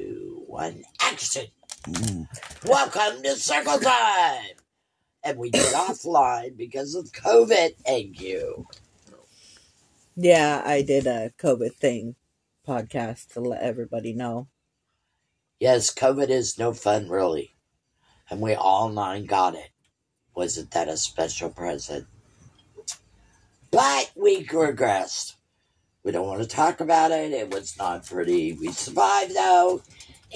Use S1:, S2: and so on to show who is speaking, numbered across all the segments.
S1: one, action. Welcome to Circle Time. And we did offline because of COVID. Thank you.
S2: Yeah, I did a COVID thing podcast to let everybody know.
S1: Yes, COVID is no fun, really. And we all nine got it. Wasn't that a special present? But we regressed. We don't want to talk about it. It was not pretty. We survived, though.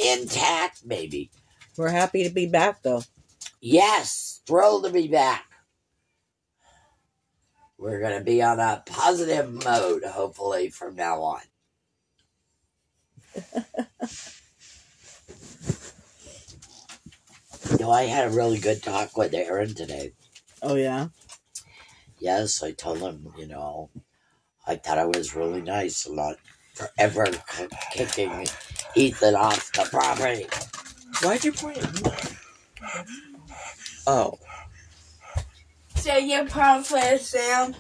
S1: Intact, maybe.
S2: We're happy to be back though.
S1: Yes, thrilled to be back. We're going to be on a positive mode, hopefully, from now on. you know, I had a really good talk with Aaron today.
S2: Oh yeah.
S1: Yes, I told him, you know, I thought I was really nice a lot forever k- kicking Ethan off the property.
S2: Why'd you point at me? Oh.
S3: So your problem for the sound?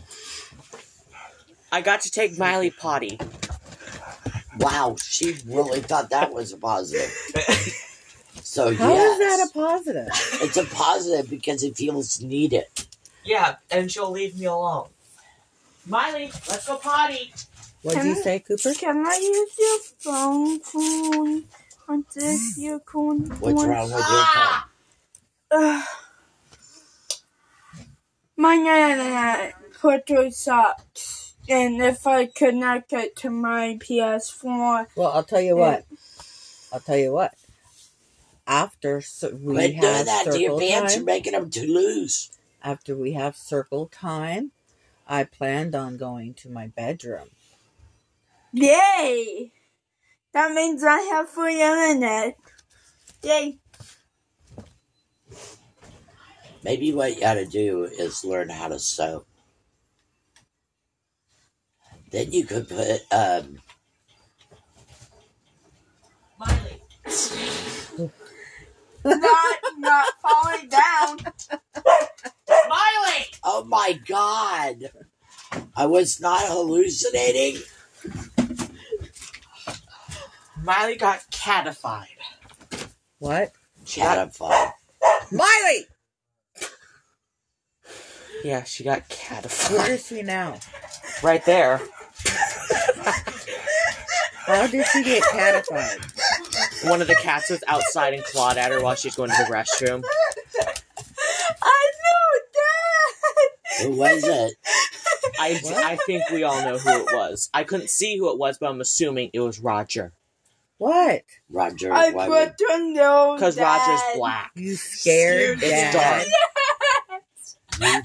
S4: I got to take Miley potty.
S1: Wow, she really thought that was a positive. So
S2: How is
S1: yes,
S2: that a positive?
S1: it's a positive because it feels needed.
S4: Yeah, and she'll leave me alone. Miley, let's go potty.
S2: What'd you say, Cooper?
S3: Can I use your phone phone on this your phone?
S1: What's
S3: phone?
S1: wrong with your phone?
S3: Ugh. My internet Porto sucks, and if I connect it to my PS4,
S2: Well, I'll tell you what. I'll tell you what. After cir- we
S1: Quit doing
S2: have
S1: that to your
S2: circle
S1: pants. You're
S2: time,
S1: making them too loose.
S2: after we have circle time, I planned on going to my bedroom.
S3: yay! That means I have free internet. Yay!
S1: Maybe what you ought to do is learn how to sew. Then you could put um,
S4: Miley.
S3: not not falling down.
S4: Miley!
S1: Oh my god. I was not hallucinating.
S4: Miley got catified.
S2: What?
S1: Chatify.
S2: Miley!
S4: Yeah, she got
S2: Where
S4: catified.
S2: is she now?
S4: right there.
S2: How did she get catified?
S4: One of the cats was outside and clawed at her while she's going to the restroom.
S3: I know
S1: Who was it?
S4: I, I think we all know who it was. I couldn't see who it was, but I'm assuming it was Roger.
S2: What?
S1: Roger.
S3: that. I
S1: why
S3: put to know
S4: Because
S3: that.
S4: Roger's black.
S2: You scared
S4: It's
S2: dad.
S4: dark.
S1: would-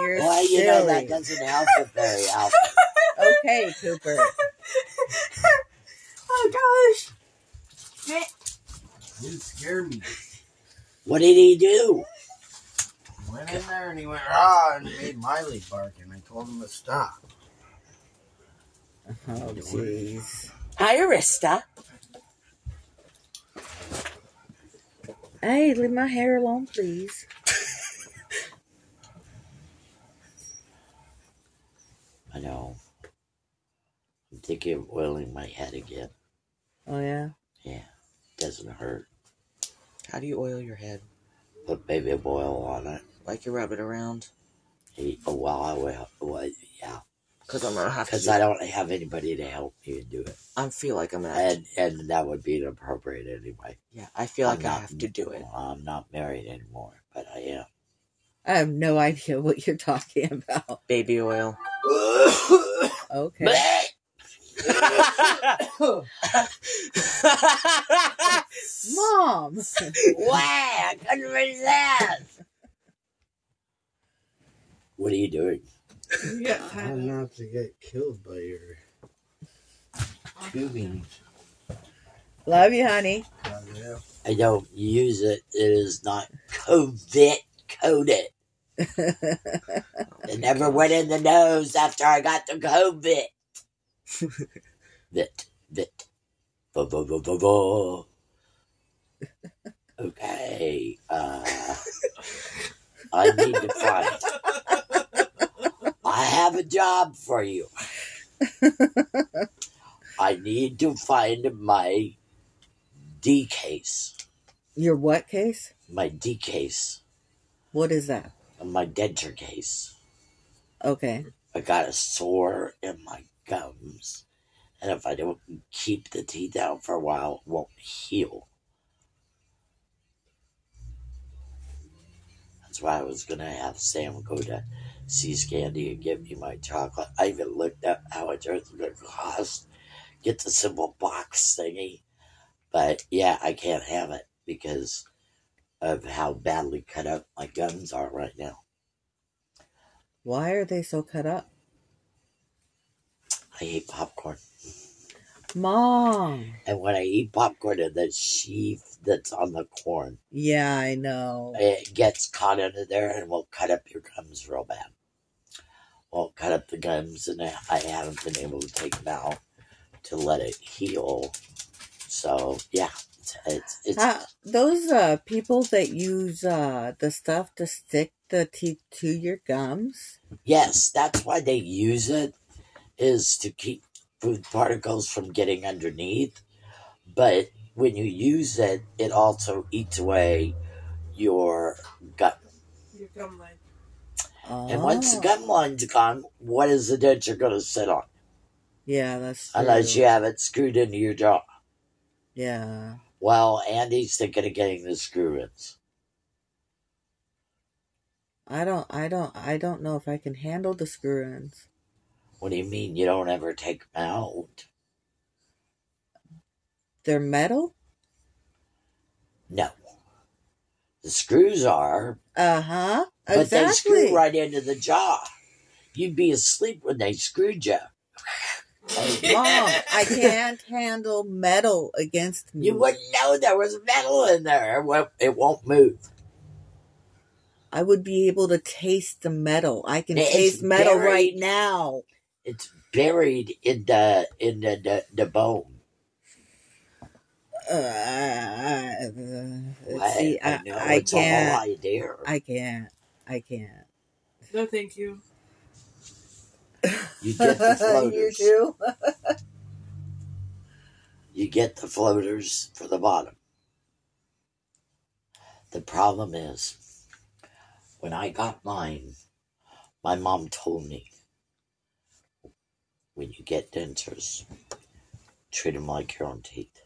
S2: You're
S1: Why you
S2: silly.
S1: know that doesn't help it very often.
S2: okay, Cooper.
S3: Oh gosh.
S5: You scared me.
S1: What did he do?
S5: Went in there and he went ah and made Miley bark and I told him to stop.
S2: Oh, jeez.
S4: Hi, Arista.
S2: Hey, leave my hair alone, please.
S1: I know. I'm thinking of oiling my head again.
S2: Oh, yeah.
S1: Yeah. Doesn't hurt.
S4: How do you oil your head?
S1: Put baby oil on it.
S4: Like you rub it around?
S1: Hey, oh, well, I will. Well, yeah.
S4: Because I'm going to have to.
S1: Because I don't have anybody to help me do it.
S4: I feel like I'm going to.
S1: And and that would be inappropriate anyway.
S4: Yeah, I feel
S1: I'm
S4: like I
S1: not-
S4: have to do it.
S1: I'm not married anymore, but I am.
S2: I have no idea what you're talking about.
S4: Baby oil.
S2: Okay.
S1: Bleh!
S2: Mom!
S1: Wow, I couldn't resist. What are you doing?
S5: I'm not to get killed by your tubing.
S2: Love you, honey.
S5: goddamn.
S1: I don't use it. It is not COVID coded. It never went in the nose after I got the COVID. Vit, vit. Vo, vo, vo, vo, vo. Okay. Uh, I need to find. I have a job for you. I I need to find my D case.
S2: Your what case?
S1: My D case.
S2: What is that?
S1: My denture case.
S2: Okay.
S1: I got a sore in my gums. And if I don't keep the teeth out for a while, it won't heal. That's why I was going to have Sam go to See's Candy and give me my chocolate. I even looked up how much it was going to cost. Get the simple box thingy. But yeah, I can't have it because of how badly cut up my gums are right now.
S2: Why are they so cut up?
S1: I hate popcorn.
S2: Mom.
S1: And when I eat popcorn and the sheaf that's on the corn,
S2: Yeah, I know.
S1: it gets caught under there and will cut up your gums real bad. Will cut up the gums, and I I haven't been able to take them out to let it heal. So yeah, it's it's, it's
S2: Uh, those uh, people that use uh, the stuff to stick the teeth to your gums.
S1: yes, that's why they use it is to keep food particles from getting underneath. But when you use it, it also eats away your gut
S3: Your gum line.
S1: And once the
S2: Oh.
S1: gum line's gone, what is the denture going to sit on?
S2: Yeah, that's true.
S1: Unless you have it screwed into your jaw.
S2: Yeah.
S1: Well, Andy's thinking of getting the screw ins.
S2: I don't. I don't. I don't know if I can handle the screw ins.
S1: What do you mean you don't ever take 'em out?
S2: They're metal.
S1: No. The screws are,
S2: Uh huh.
S1: but they
S2: Exactly.
S1: screw right into the jaw. You'd be asleep when they screwed you.
S2: Mom, I can't handle metal against me.
S1: You wouldn't know there was metal in there. It won't- It won't move.
S2: I would be able to taste the metal. I can
S1: It's
S2: taste metal
S1: buried.
S2: right now.
S1: It's buried in the in the, the, the bone.
S2: Uh, uh,
S1: Well,
S2: see, I,
S1: know
S2: I
S1: it's a
S2: can't.
S1: whole idea.
S2: I can't. I can't.
S6: No, thank you.
S1: You get the
S2: you
S1: floaters. you,
S2: do.
S1: get the floaters for the bottom. The problem is, when I got mine, my mom told me, when you get dentures, treat them like your own teeth.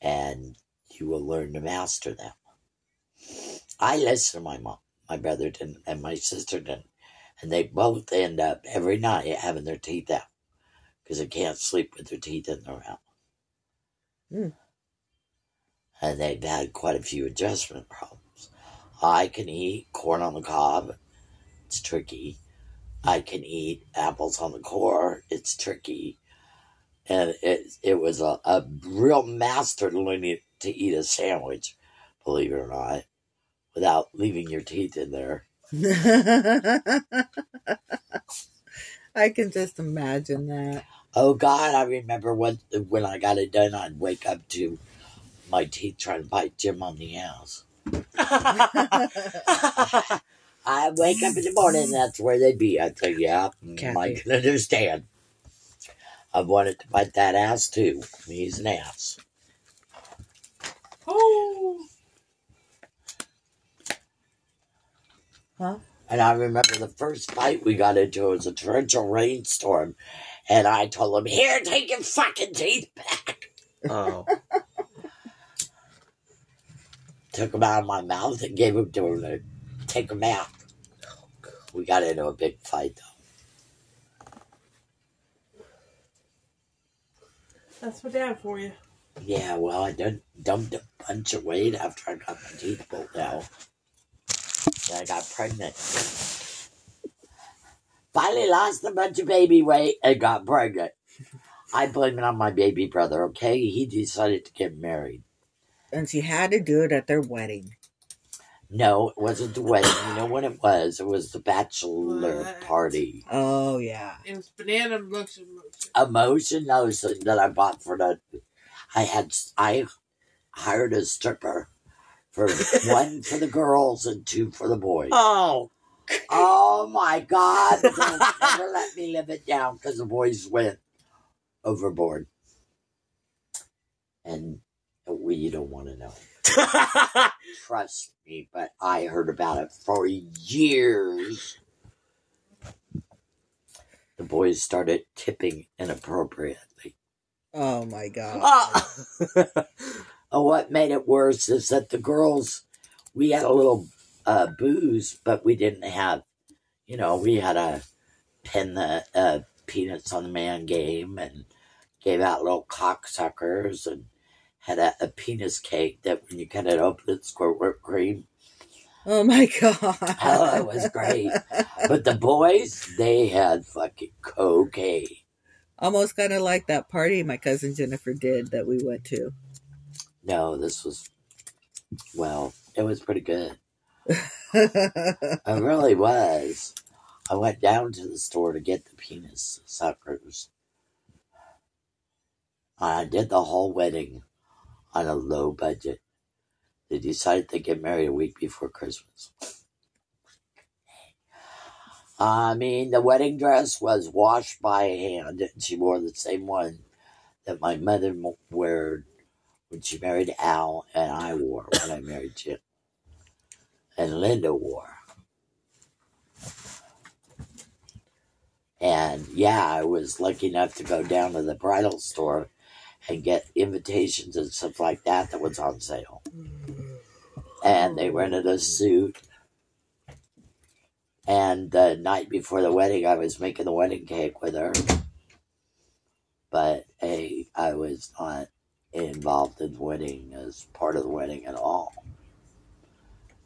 S1: And you will learn to master them. I listened to my mom. My brother didn't, and my sister didn't. And they both end up every night having their teeth out because they can't sleep with their teeth in their mouth.
S2: Hmm.
S1: And they've had quite a few adjustment problems. I can eat corn on the cob, it's tricky. I can eat apples on the core, it's tricky. And it, it was a, a real master to learn it- to eat a sandwich, believe it or not, without leaving your teeth in there.
S2: I can just imagine that.
S1: Oh God, I remember when when I got it done, I'd wake up to my teeth trying to bite Jim on the ass. I wake up in the morning, and that's where they'd be. I think, yeah,
S4: Kathy.
S1: I can understand. I wanted to bite that ass too. He's an ass.
S6: Oh,
S2: Huh?
S1: And I remember the first fight we got into was a torrential rainstorm, and I told him, "Here, take your fucking teeth back."
S4: Oh.
S1: Took them out of my mouth and gave them to him to take them out. We got into a big fight though.
S6: that's what dad for you.
S1: Yeah, well, I done dumped a bunch of weight after I got my teeth pulled out. And I got pregnant. Finally lost a bunch of baby weight and got pregnant. I blame it on my baby brother, okay? He decided to get married.
S2: And she had to do it at their wedding.
S1: No, it wasn't the wedding. You know what it was? It was the bachelor
S6: What?
S1: party.
S2: Oh yeah.
S6: It was banana lotion lotion.
S1: Emotion lotion that I bought for the. I had. I hired a stripper for one for the girls and two for the boys.
S4: Oh
S1: Oh my God! Don't ever let me live it down because the boys went overboard, and we you don't want to know. Trust me, but I heard about it for years. The boys started tipping inappropriately.
S2: Oh my god.
S4: Ah.
S1: Oh, what made it worse is that the girls, we had a little uh, booze, but we didn't have, you know, we had a pin the uh, peanuts on the man game and gave out little cocksuckers and had a, a penis cake that when you cut it open, it squirt whipped cream.
S2: Oh my god.
S1: Oh, it was great. but the boys, they had fucking cocaine.
S2: Almost kind of like that party my cousin Jennifer did that we went to.
S1: No, this was, well, it was pretty good. I really was. I went down to the store to get the penis suckers. I did the whole wedding on a low budget. They decided to get married a week before Christmas. I mean, the wedding dress was washed by hand, and she wore the same one that my mother mo- wore when she married Al, and I wore when I married Jim, and Linda wore. And yeah, I was lucky enough to go down to the bridal store and get invitations and stuff like that that was on sale. And they rented a suit. And the night before the wedding, I was making the wedding cake with her. But hey, I was not involved in the wedding as part of the wedding at all.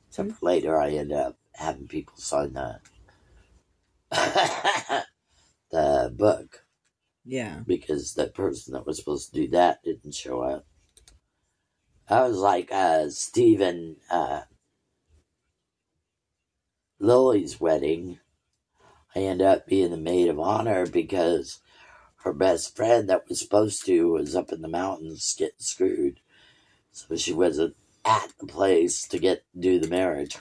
S1: Except later, I ended up having people sign the the book
S2: yeah.
S1: because the person that was supposed to do that didn't show up. I was like uh, Stephen uh, Lily's wedding. I ended up being the maid of honor because her best friend that was supposed to was up in the mountains getting screwed, so she wasn't at the place to get do the marriage.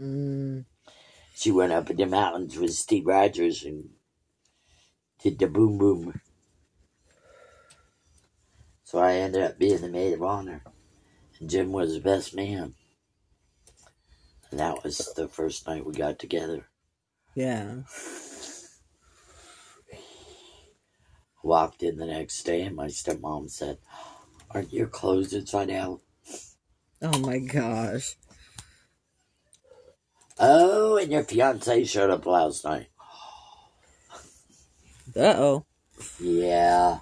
S2: Mm,
S1: She went up in the mountains with Steve Rogers and did the boom boom. So I ended up being the maid of honor. And Jim was the best man. And that was the first night we got together.
S2: yeah.
S1: Walked in the next day and my stepmom said, Aren't your clothes inside out?
S2: Oh my gosh.
S1: Oh, and your fiance showed up last night.
S2: Uh oh.
S1: Yeah.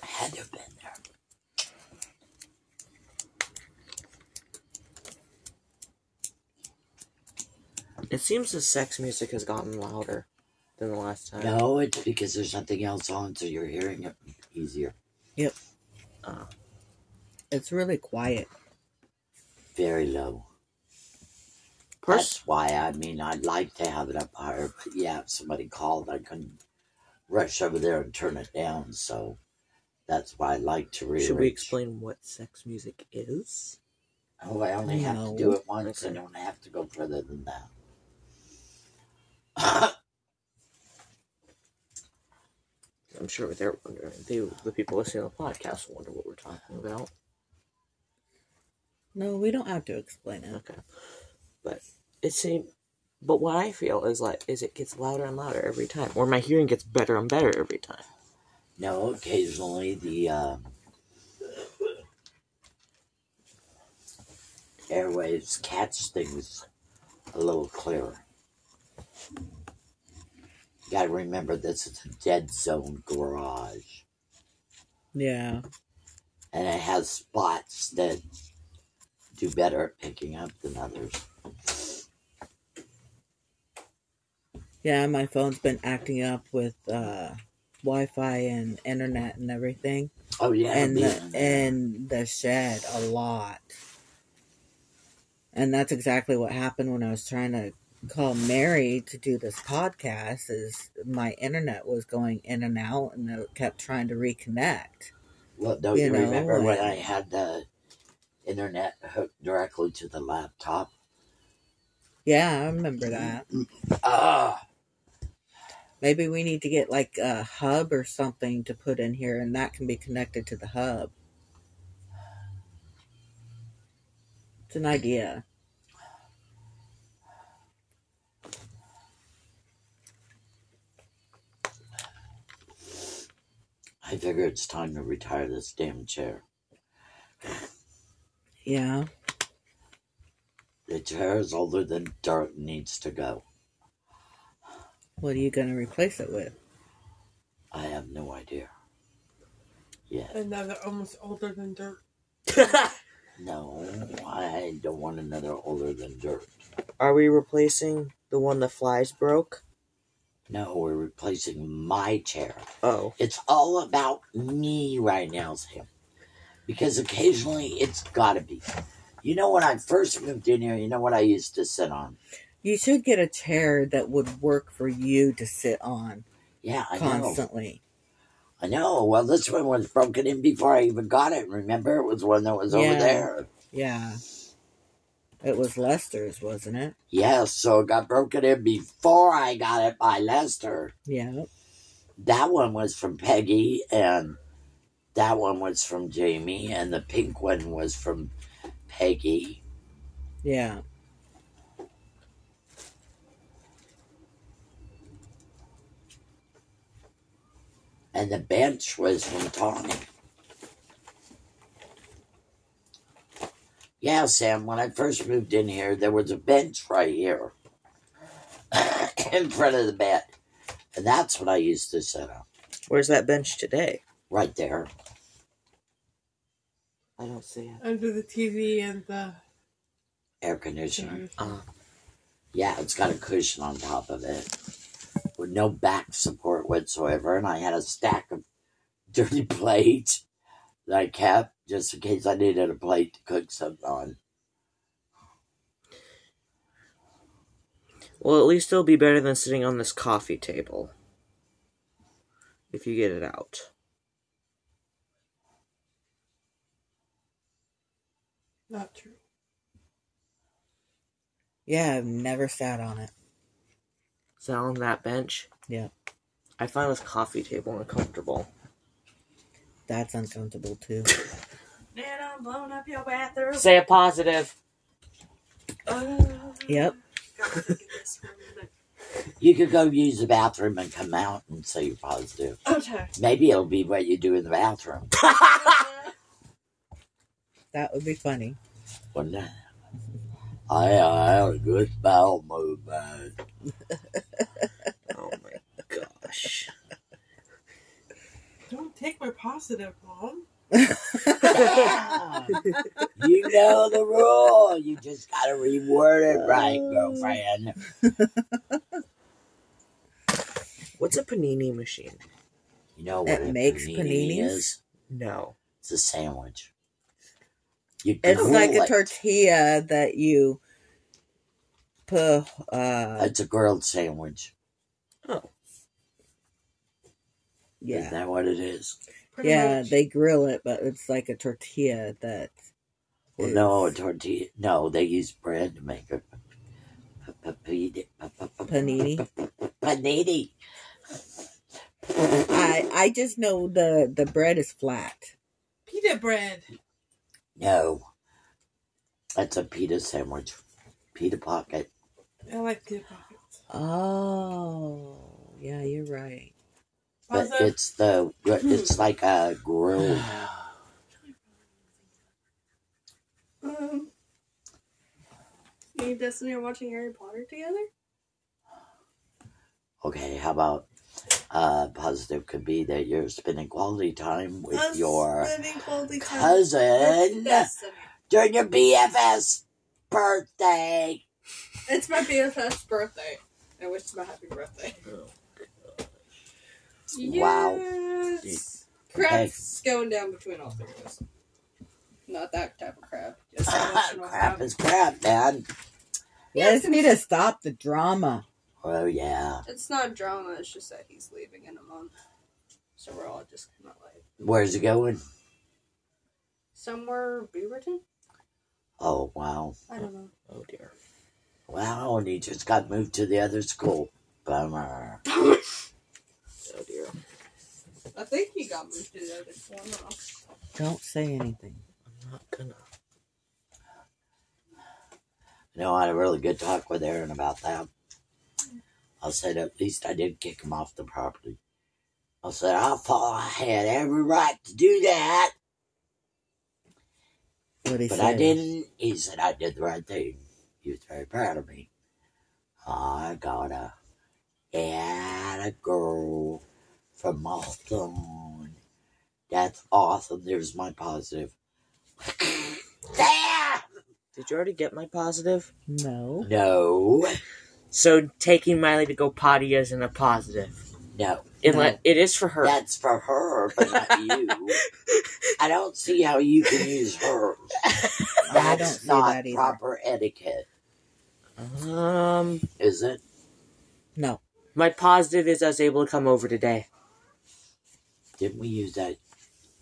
S1: Had to have been there.
S4: it seems the sex music has gotten louder than the last time.
S1: No, it's because there's nothing else on, so you're hearing it easier.
S2: It's really quiet.
S1: Very low.
S4: Pers-
S1: That's why, I mean, I'd like to have it up higher, but yeah, if somebody called, I couldn't rush over there and turn it down, so that's why I like to rearrange.
S4: should we explain what sex music is?
S1: Oh, I only have
S2: No.
S1: to do it once.
S4: Okay.
S1: I don't have to go further than that.
S4: I'm sure they're wondering. They, the people listening to the podcast wonder what we're talking about.
S2: No, we don't have to explain it.
S4: Okay, but it seems. But what I feel is like is it gets louder and louder every time, or my hearing gets better and better every time.
S1: no, occasionally the um, airwaves catch things a little clearer. You gotta remember this is a dead zone garage,
S2: Yeah.
S1: and it has spots that do better at picking up than others.
S2: Yeah, my phone's been acting up with uh Wi Fi and internet and everything.
S1: Oh yeah,
S2: and the
S1: being-
S2: and the shed a lot. And that's exactly what happened when I was trying to call Mary to do this podcast is my internet was going in and out and it kept trying to reconnect.
S1: Well, don't
S2: You
S1: you,
S2: know,
S1: remember when
S2: like-
S1: I had the internet hooked directly to the laptop.
S2: Yeah, I remember that.
S1: Ah,
S2: Maybe we need to get like a hub or something to put in here, and that can be connected to the hub. It's an idea.
S1: I figure it's time to retire this damn chair.
S2: Yeah.
S1: The chair is older than dirt and needs to go.
S2: What are you going to replace it with?
S1: I have no idea. Yet.
S6: Another almost older than dirt.
S1: No, I don't want another older than dirt.
S4: Are we replacing the one the flies broke?
S1: No, we're replacing my chair.
S4: Oh.
S1: It's all about me right now, Sam. Because occasionally it's gotta be. You know, when I first moved in here, you know what I used to sit on?
S2: You should get a chair that would work for you to sit on
S1: Yeah, I know.
S2: constantly.
S1: I know. Well, this one was broken in before I even got it. Remember, it was one that was over
S2: Yeah.
S1: there.
S2: Yeah. It was Lester's, wasn't it?
S1: Yeah, so it got broken in before I got it by Lester.
S2: Yeah.
S1: That one was from Peggy, and that one was from Jamie, and the pink one was from Peggy.
S2: Yeah.
S1: and the bench was from Tommy. Yeah, Sam, when I first moved in here, there was a bench right here in front of the bed. And that's what I used to sit on,
S4: Where's that bench today?
S1: right there.
S4: I don't see it.
S6: Under the TV and the.
S1: Air conditioner.
S4: Uh,
S1: Yeah, it's got a cushion on top of it with no back support whatsoever. And I had a stack of dirty plates that I kept just in case I needed a plate to cook something on.
S4: well, at least it'll be better than sitting on this coffee table. If you get it out.
S6: Not true.
S2: Yeah, I've never sat on it.
S4: Sit on that bench.
S2: Yeah.
S4: I find this coffee table uncomfortable.
S2: That's uncomfortable too.
S6: Man, I'm blowing up your bathroom.
S4: Say a positive.
S2: Yep.
S1: You could go use the bathroom and come out and say you're positive.
S6: Okay.
S1: Maybe it'll be what you do in the bathroom,
S2: That would be funny.
S1: wouldn't it? I, I had a good bowel movement.
S4: Oh my gosh.
S6: Don't take my positive, Mom.
S1: You know the rule. You just gotta reword it right, girlfriend.
S4: What's a panini machine?
S1: You know what
S2: It
S1: a
S2: makes
S1: panini
S2: paninis?
S1: is?
S4: No.
S1: It's a sandwich. You
S2: It's
S1: grill
S2: like a
S1: it.
S2: tortilla that you put. Uh,
S1: It's a grilled sandwich.
S4: Oh.
S1: Isn't
S2: yeah,
S1: that what it is?
S6: Pretty
S2: yeah.
S6: much.
S2: They grill it, but it's like a tortilla that.
S1: Well,
S2: is-
S1: no, a tortilla. No, they use bread to make a pa- pa- pa- pa- pa- pa-
S2: panini.
S1: panini.
S2: I I just know the the bread is flat.
S6: Pita bread.
S1: No. That's a pita sandwich. Pita pocket.
S6: I like pita pockets.
S2: Oh, yeah, you're right.
S1: But
S6: Also,
S1: it's the it's like a grilled
S7: Um, me and Destiny are watching Harry Potter together.
S1: okay, how about uh positive could be that you're spending quality time with
S7: Us
S1: your
S7: spending quality time with
S1: cousin
S7: Destiny.
S1: during your BFS birthday.
S7: It's my BFF's birthday. I wish him a happy birthday.
S1: Wow.
S7: Yes.
S1: Okay.
S7: Crap's going down between all three of us. Not that type of crap. Just emotional
S1: crap is crap, man.
S2: You just need to stop the drama.
S1: Oh yeah.
S7: It's not drama. It's just that he's leaving in a month, so we're all just kind of like
S1: Where's it going?
S7: somewhere Beaverton.
S1: Oh, wow.
S7: I don't know.
S4: Oh dear.
S1: Wow, and he just got moved to the other school. Bummer.
S4: Oh dear.
S7: I think he got moved to the other school. I don't know.
S2: Don't say anything.
S4: I'm not gonna.
S1: You know, I had a really good talk with Aaron about that. I said, at least I did kick him off the property. I said, I thought I had every right to do that,
S2: What he
S1: but
S2: said.
S1: I didn't. He said, I did the right thing. He was very proud of me. I got a, got a girl from Hawthorne. That's awesome. There's my positive. Ah! Damn!
S4: Did you already get my positive?
S2: No.
S1: No,
S4: So taking Miley to go potty isn't a positive.
S1: no.
S4: Unless it is for her.
S1: That's for her, but not you. I don't see how you can use her. That's
S2: I don't see
S1: not
S2: that either.
S1: proper etiquette,
S4: um,
S1: is it?
S2: No.
S4: my positive is I was able to come over today.
S1: Didn't we use that?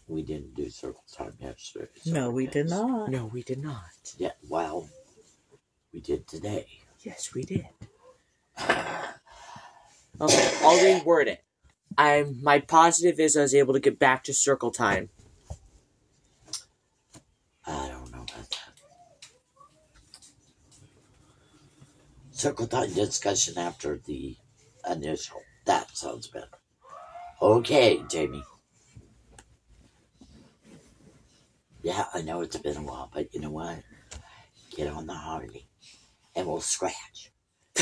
S1: We didn't do circle time yesterday. so
S2: No, we
S1: it
S2: did
S1: is.
S2: not.
S4: No, we did not.
S1: Yeah, well, we did today.
S4: Yes, we did. Okay, I'll reword it. I'm my positive is I was able to get back to circle time.
S1: I don't know about that. Circle time discussion after the initial. That sounds better. Okay, Jamie. Yeah, I know it's been a while, but you know what? Get on the Harley and we'll scratch.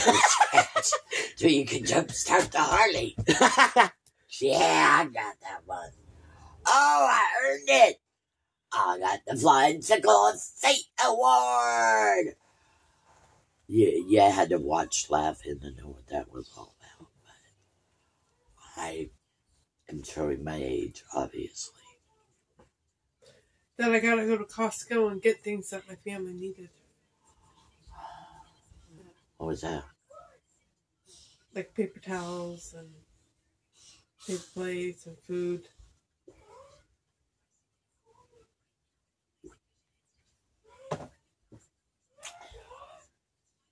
S1: We'll scratch so you can jumpstart the Harley. Yeah, I got that one. Oh, I earned it. I got the Flying Sickle State Award. Yeah, yeah, I had to watch Laughing to know what that was all about. But I am showing my age, obviously.
S6: Then I gotta go to Costco and get things that my family needed,
S1: What was that?
S6: like paper towels and paper plates and food.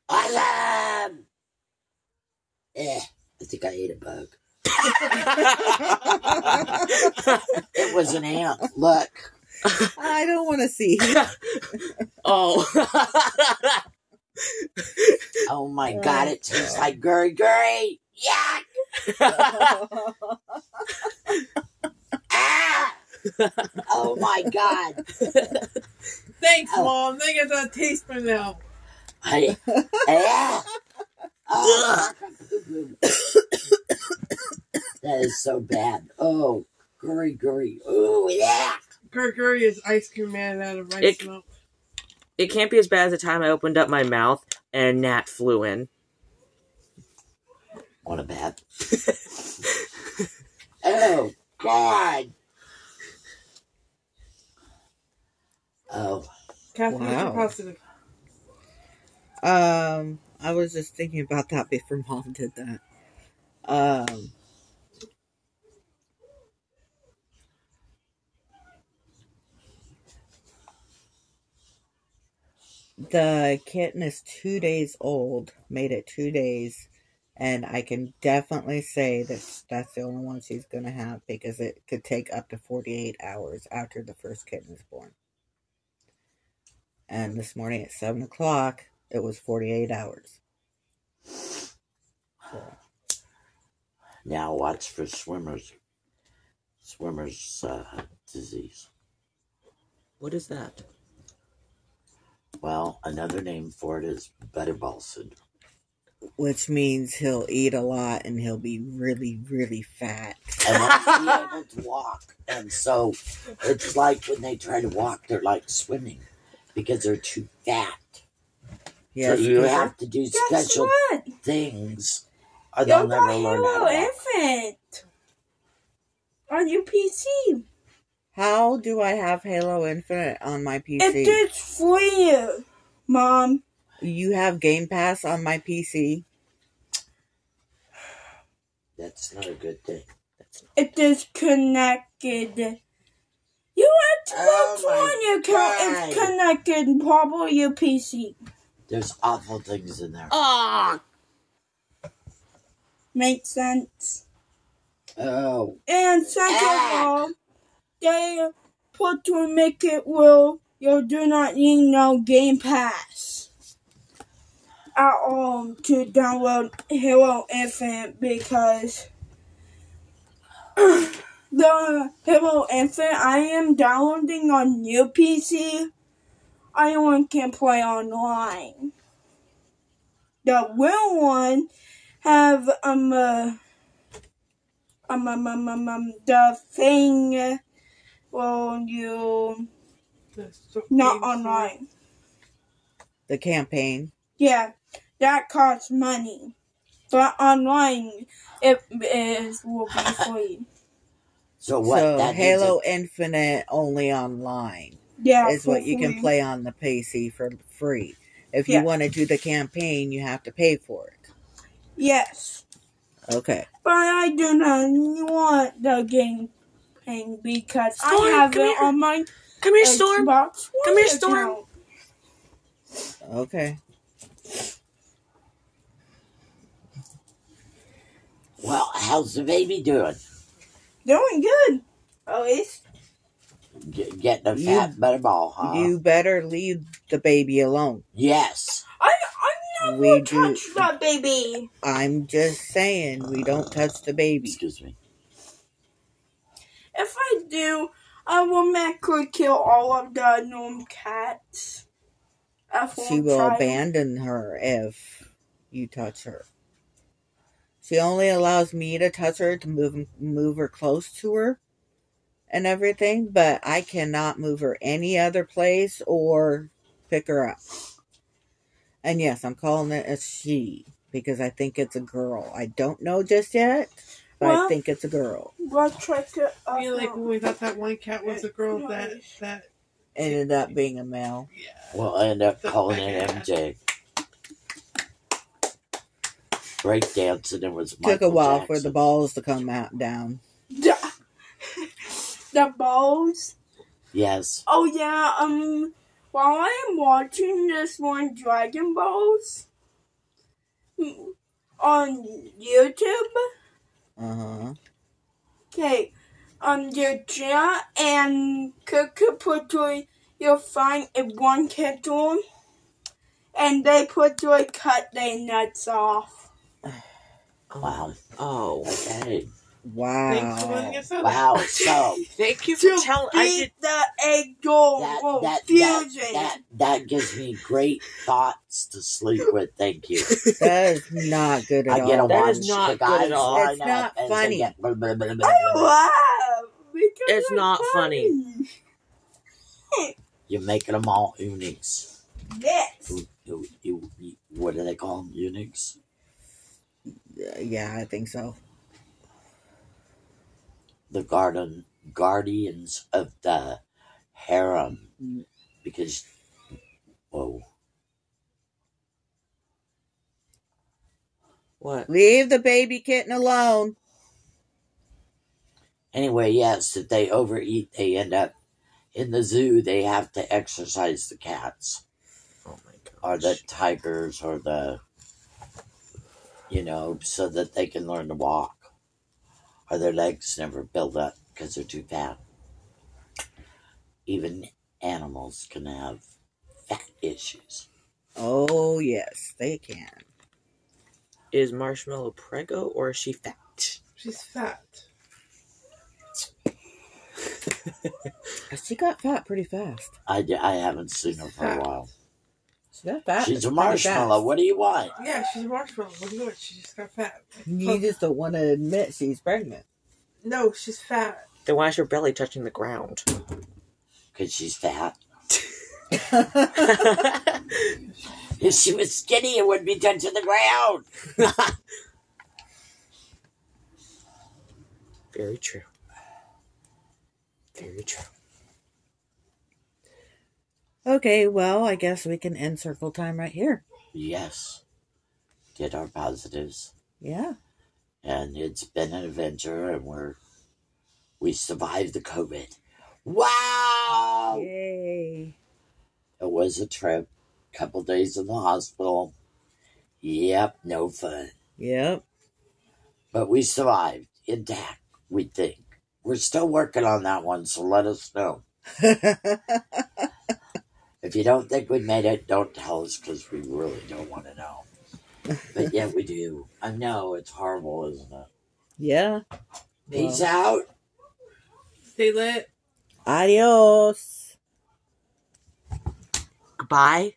S1: Awesome! Eh, I think I ate a bug. It was an ant. Look,
S2: I don't want to see.
S4: oh.
S1: oh my god, it tastes like gurry gurry. Yuck! Ah! Oh my god.
S6: Thanks,
S1: Oh.
S6: Mom. They get that taste for now.
S1: I, ah! Oh, that is so bad. Oh, gurry gurry. Ooh, yeah.
S6: Gurguri is ice cream man out of rice
S4: Ick.
S6: milk.
S4: it can't be as bad as the time I opened up my mouth and a gnat flew in.
S1: Want a bath? oh God. Oh,
S6: Kathy, what's your
S2: Wow.
S6: positive?
S2: Um, I was just thinking about that before mom did that. Um, the kitten is two days old, made it two days, and I can definitely say that that's the only one she's gonna have because it could take up to 48 hours after the first kitten is born. And this morning at seven o'clock, it was 48 hours.
S1: now watch for swimmers. Swimmers uh, disease.
S4: What is that?
S1: Well, another name for it is butterball syndrome.
S2: which means he'll eat a lot and he'll be really, really fat.
S1: and won't be able to walk. And so it's like when they try to walk, they're like swimming because they're too fat.
S2: Yes, uh-huh.
S1: so you
S2: Peter?
S1: have to do
S3: Guess
S1: special
S3: what?
S1: things or
S3: You're
S1: they'll
S3: the
S1: never learn how
S3: Halo
S1: to walk.
S3: Infant on your PC.
S2: How do I have Halo Infinite on my PC?
S3: It is for you, Mom.
S2: you have Game Pass on my PC.
S1: That's not a good thing.
S3: It is connected You have to
S1: Oh
S3: look
S1: my
S3: on your account is
S1: God.
S3: connected, probably your PC.
S1: There's awful things in there.
S4: Ah!
S3: Makes sense.
S1: Oh.
S3: And second
S1: Ah.
S3: of all, they put to make it will you do not need no Game Pass at all to download Halo Infinite because the Halo Infinite I am downloading on new PC. I only can play online. The real one have um. Uh, um, um, um, um, um, the thing well you not online
S2: The campaign.
S3: yeah that costs money but online it is will be free
S1: So what?
S2: so
S1: that means
S2: Halo
S1: it-
S2: Infinite only online
S3: yeah
S2: is what you can
S3: hopefully.
S2: play on the PC for free. If
S3: Yeah.
S2: you want to do the campaign, you have to pay for it.
S3: yes
S2: Okay.
S3: but i do not want the game thing because i
S4: Storm,
S3: have it
S4: come here.
S3: on my
S4: Come here, Storm!
S3: Xbox One
S4: Come here, Storm.
S3: account.
S2: Okay.
S1: well, how's the baby doing?
S3: doing good Oh, at least
S1: G- getting a
S2: You-
S1: fat butterball, huh?
S2: You better leave the baby alone.
S1: yes.
S3: i i'm
S2: We
S3: never
S2: do-
S3: touched that baby
S2: I'm just saying, we don't touch the baby.
S1: Excuse me.
S3: If I do, I will make her kill all of the gnome cats. F
S2: She will abandon her if you touch her. She only allows me to touch her to move move her close to her and everything, but I cannot move her any other place or pick her up. And yes, I'm calling it a she because I think it's a girl. I don't know just yet, but I
S3: Well-
S2: think it's a girl.
S3: Let's check it
S6: I
S3: out.
S6: mean, like when we thought that one cat was a girl, that that
S2: Ended up being a male.
S1: We'll end up calling it MJ. Break dancing. It was Michael
S2: Took a while for the
S1: Jackson.
S2: balls to come out down.
S3: the, the balls.
S1: Yes.
S3: Oh yeah. Um, while I'm watching this one, Dragon Balls, mm, on YouTube.
S2: Uh huh.
S3: Okay. Um, your jaw and cookie put your you'll find in one kettle, and they put your cut their nuts off.
S1: Wow.
S4: Oh.
S1: Okay.
S6: thanks for letting
S2: Wow.
S6: us know. that.
S1: Wow. So
S4: Thank you
S3: To
S4: for telling. I
S3: beat
S4: did.
S3: the egg gold
S1: that
S3: oh,
S1: that that,
S3: fusion.
S1: that that gives me great thoughts to sleep with. Thank you.
S2: That is not good at
S1: I get a
S2: all.
S4: That
S1: one.
S4: is not
S1: the
S4: good at
S1: guys
S4: all.
S1: line
S2: It's
S1: up
S2: not
S1: and
S2: funny.
S1: They get blah, blah, blah, blah,
S3: I
S1: blah.
S3: laugh because
S4: It's
S3: I'm
S4: not
S1: You're making them all Unix.
S3: Yes.
S1: You- you- you- you- What do they call them? Unix?
S2: Uh, Yeah, I think so.
S1: The garden guardians of the harem.
S4: Mm.
S1: Because, whoa.
S4: What?
S2: Leave the baby kitten alone.
S1: Anyway, yes, if they overeat, they end up in the zoo. They have to exercise the cats
S4: Oh my
S1: or the
S4: gosh.
S1: tigers or the, you know, so that they can learn to walk. Or their legs never build up because they're too fat. Even animals can have fat issues.
S2: Oh, yes, they can.
S4: Is Marshmallow prego or is she fat?
S6: She's fat.
S2: She got fat pretty fast.
S1: I, d- I haven't seen her for a while.
S2: She got fat.
S1: She's a
S2: pretty
S1: marshmallow.
S2: fast.
S1: What do you want?
S6: Yeah, she's a marshmallow. What do you want? She just got fat.
S2: You just don't want to admit she's pregnant.
S6: No, she's fat.
S4: Then why is your belly touching the ground?
S1: Because she's fat.
S2: That's
S1: If she was skinny, it wouldn't be touching the ground.
S4: Very true. Very true.
S2: okay. Well, I guess we can end circle time right here.
S1: Yes. Did our positives.
S2: Yeah.
S1: And it's been an adventure, and we're. We survived the COVID. Wow!
S2: Yay.
S1: It was a trip. Couple days in the hospital. Yep, no fun.
S2: Yep.
S1: But we survived intact, we think. We're still working on that one, so let us know. If you don't think we made it, don't tell us because we really don't want to know. But yeah, we do. I know, it's horrible, isn't it?
S2: yeah.
S1: Peace
S2: Well,
S1: out.
S6: Stay lit.
S2: Adios.
S4: Goodbye.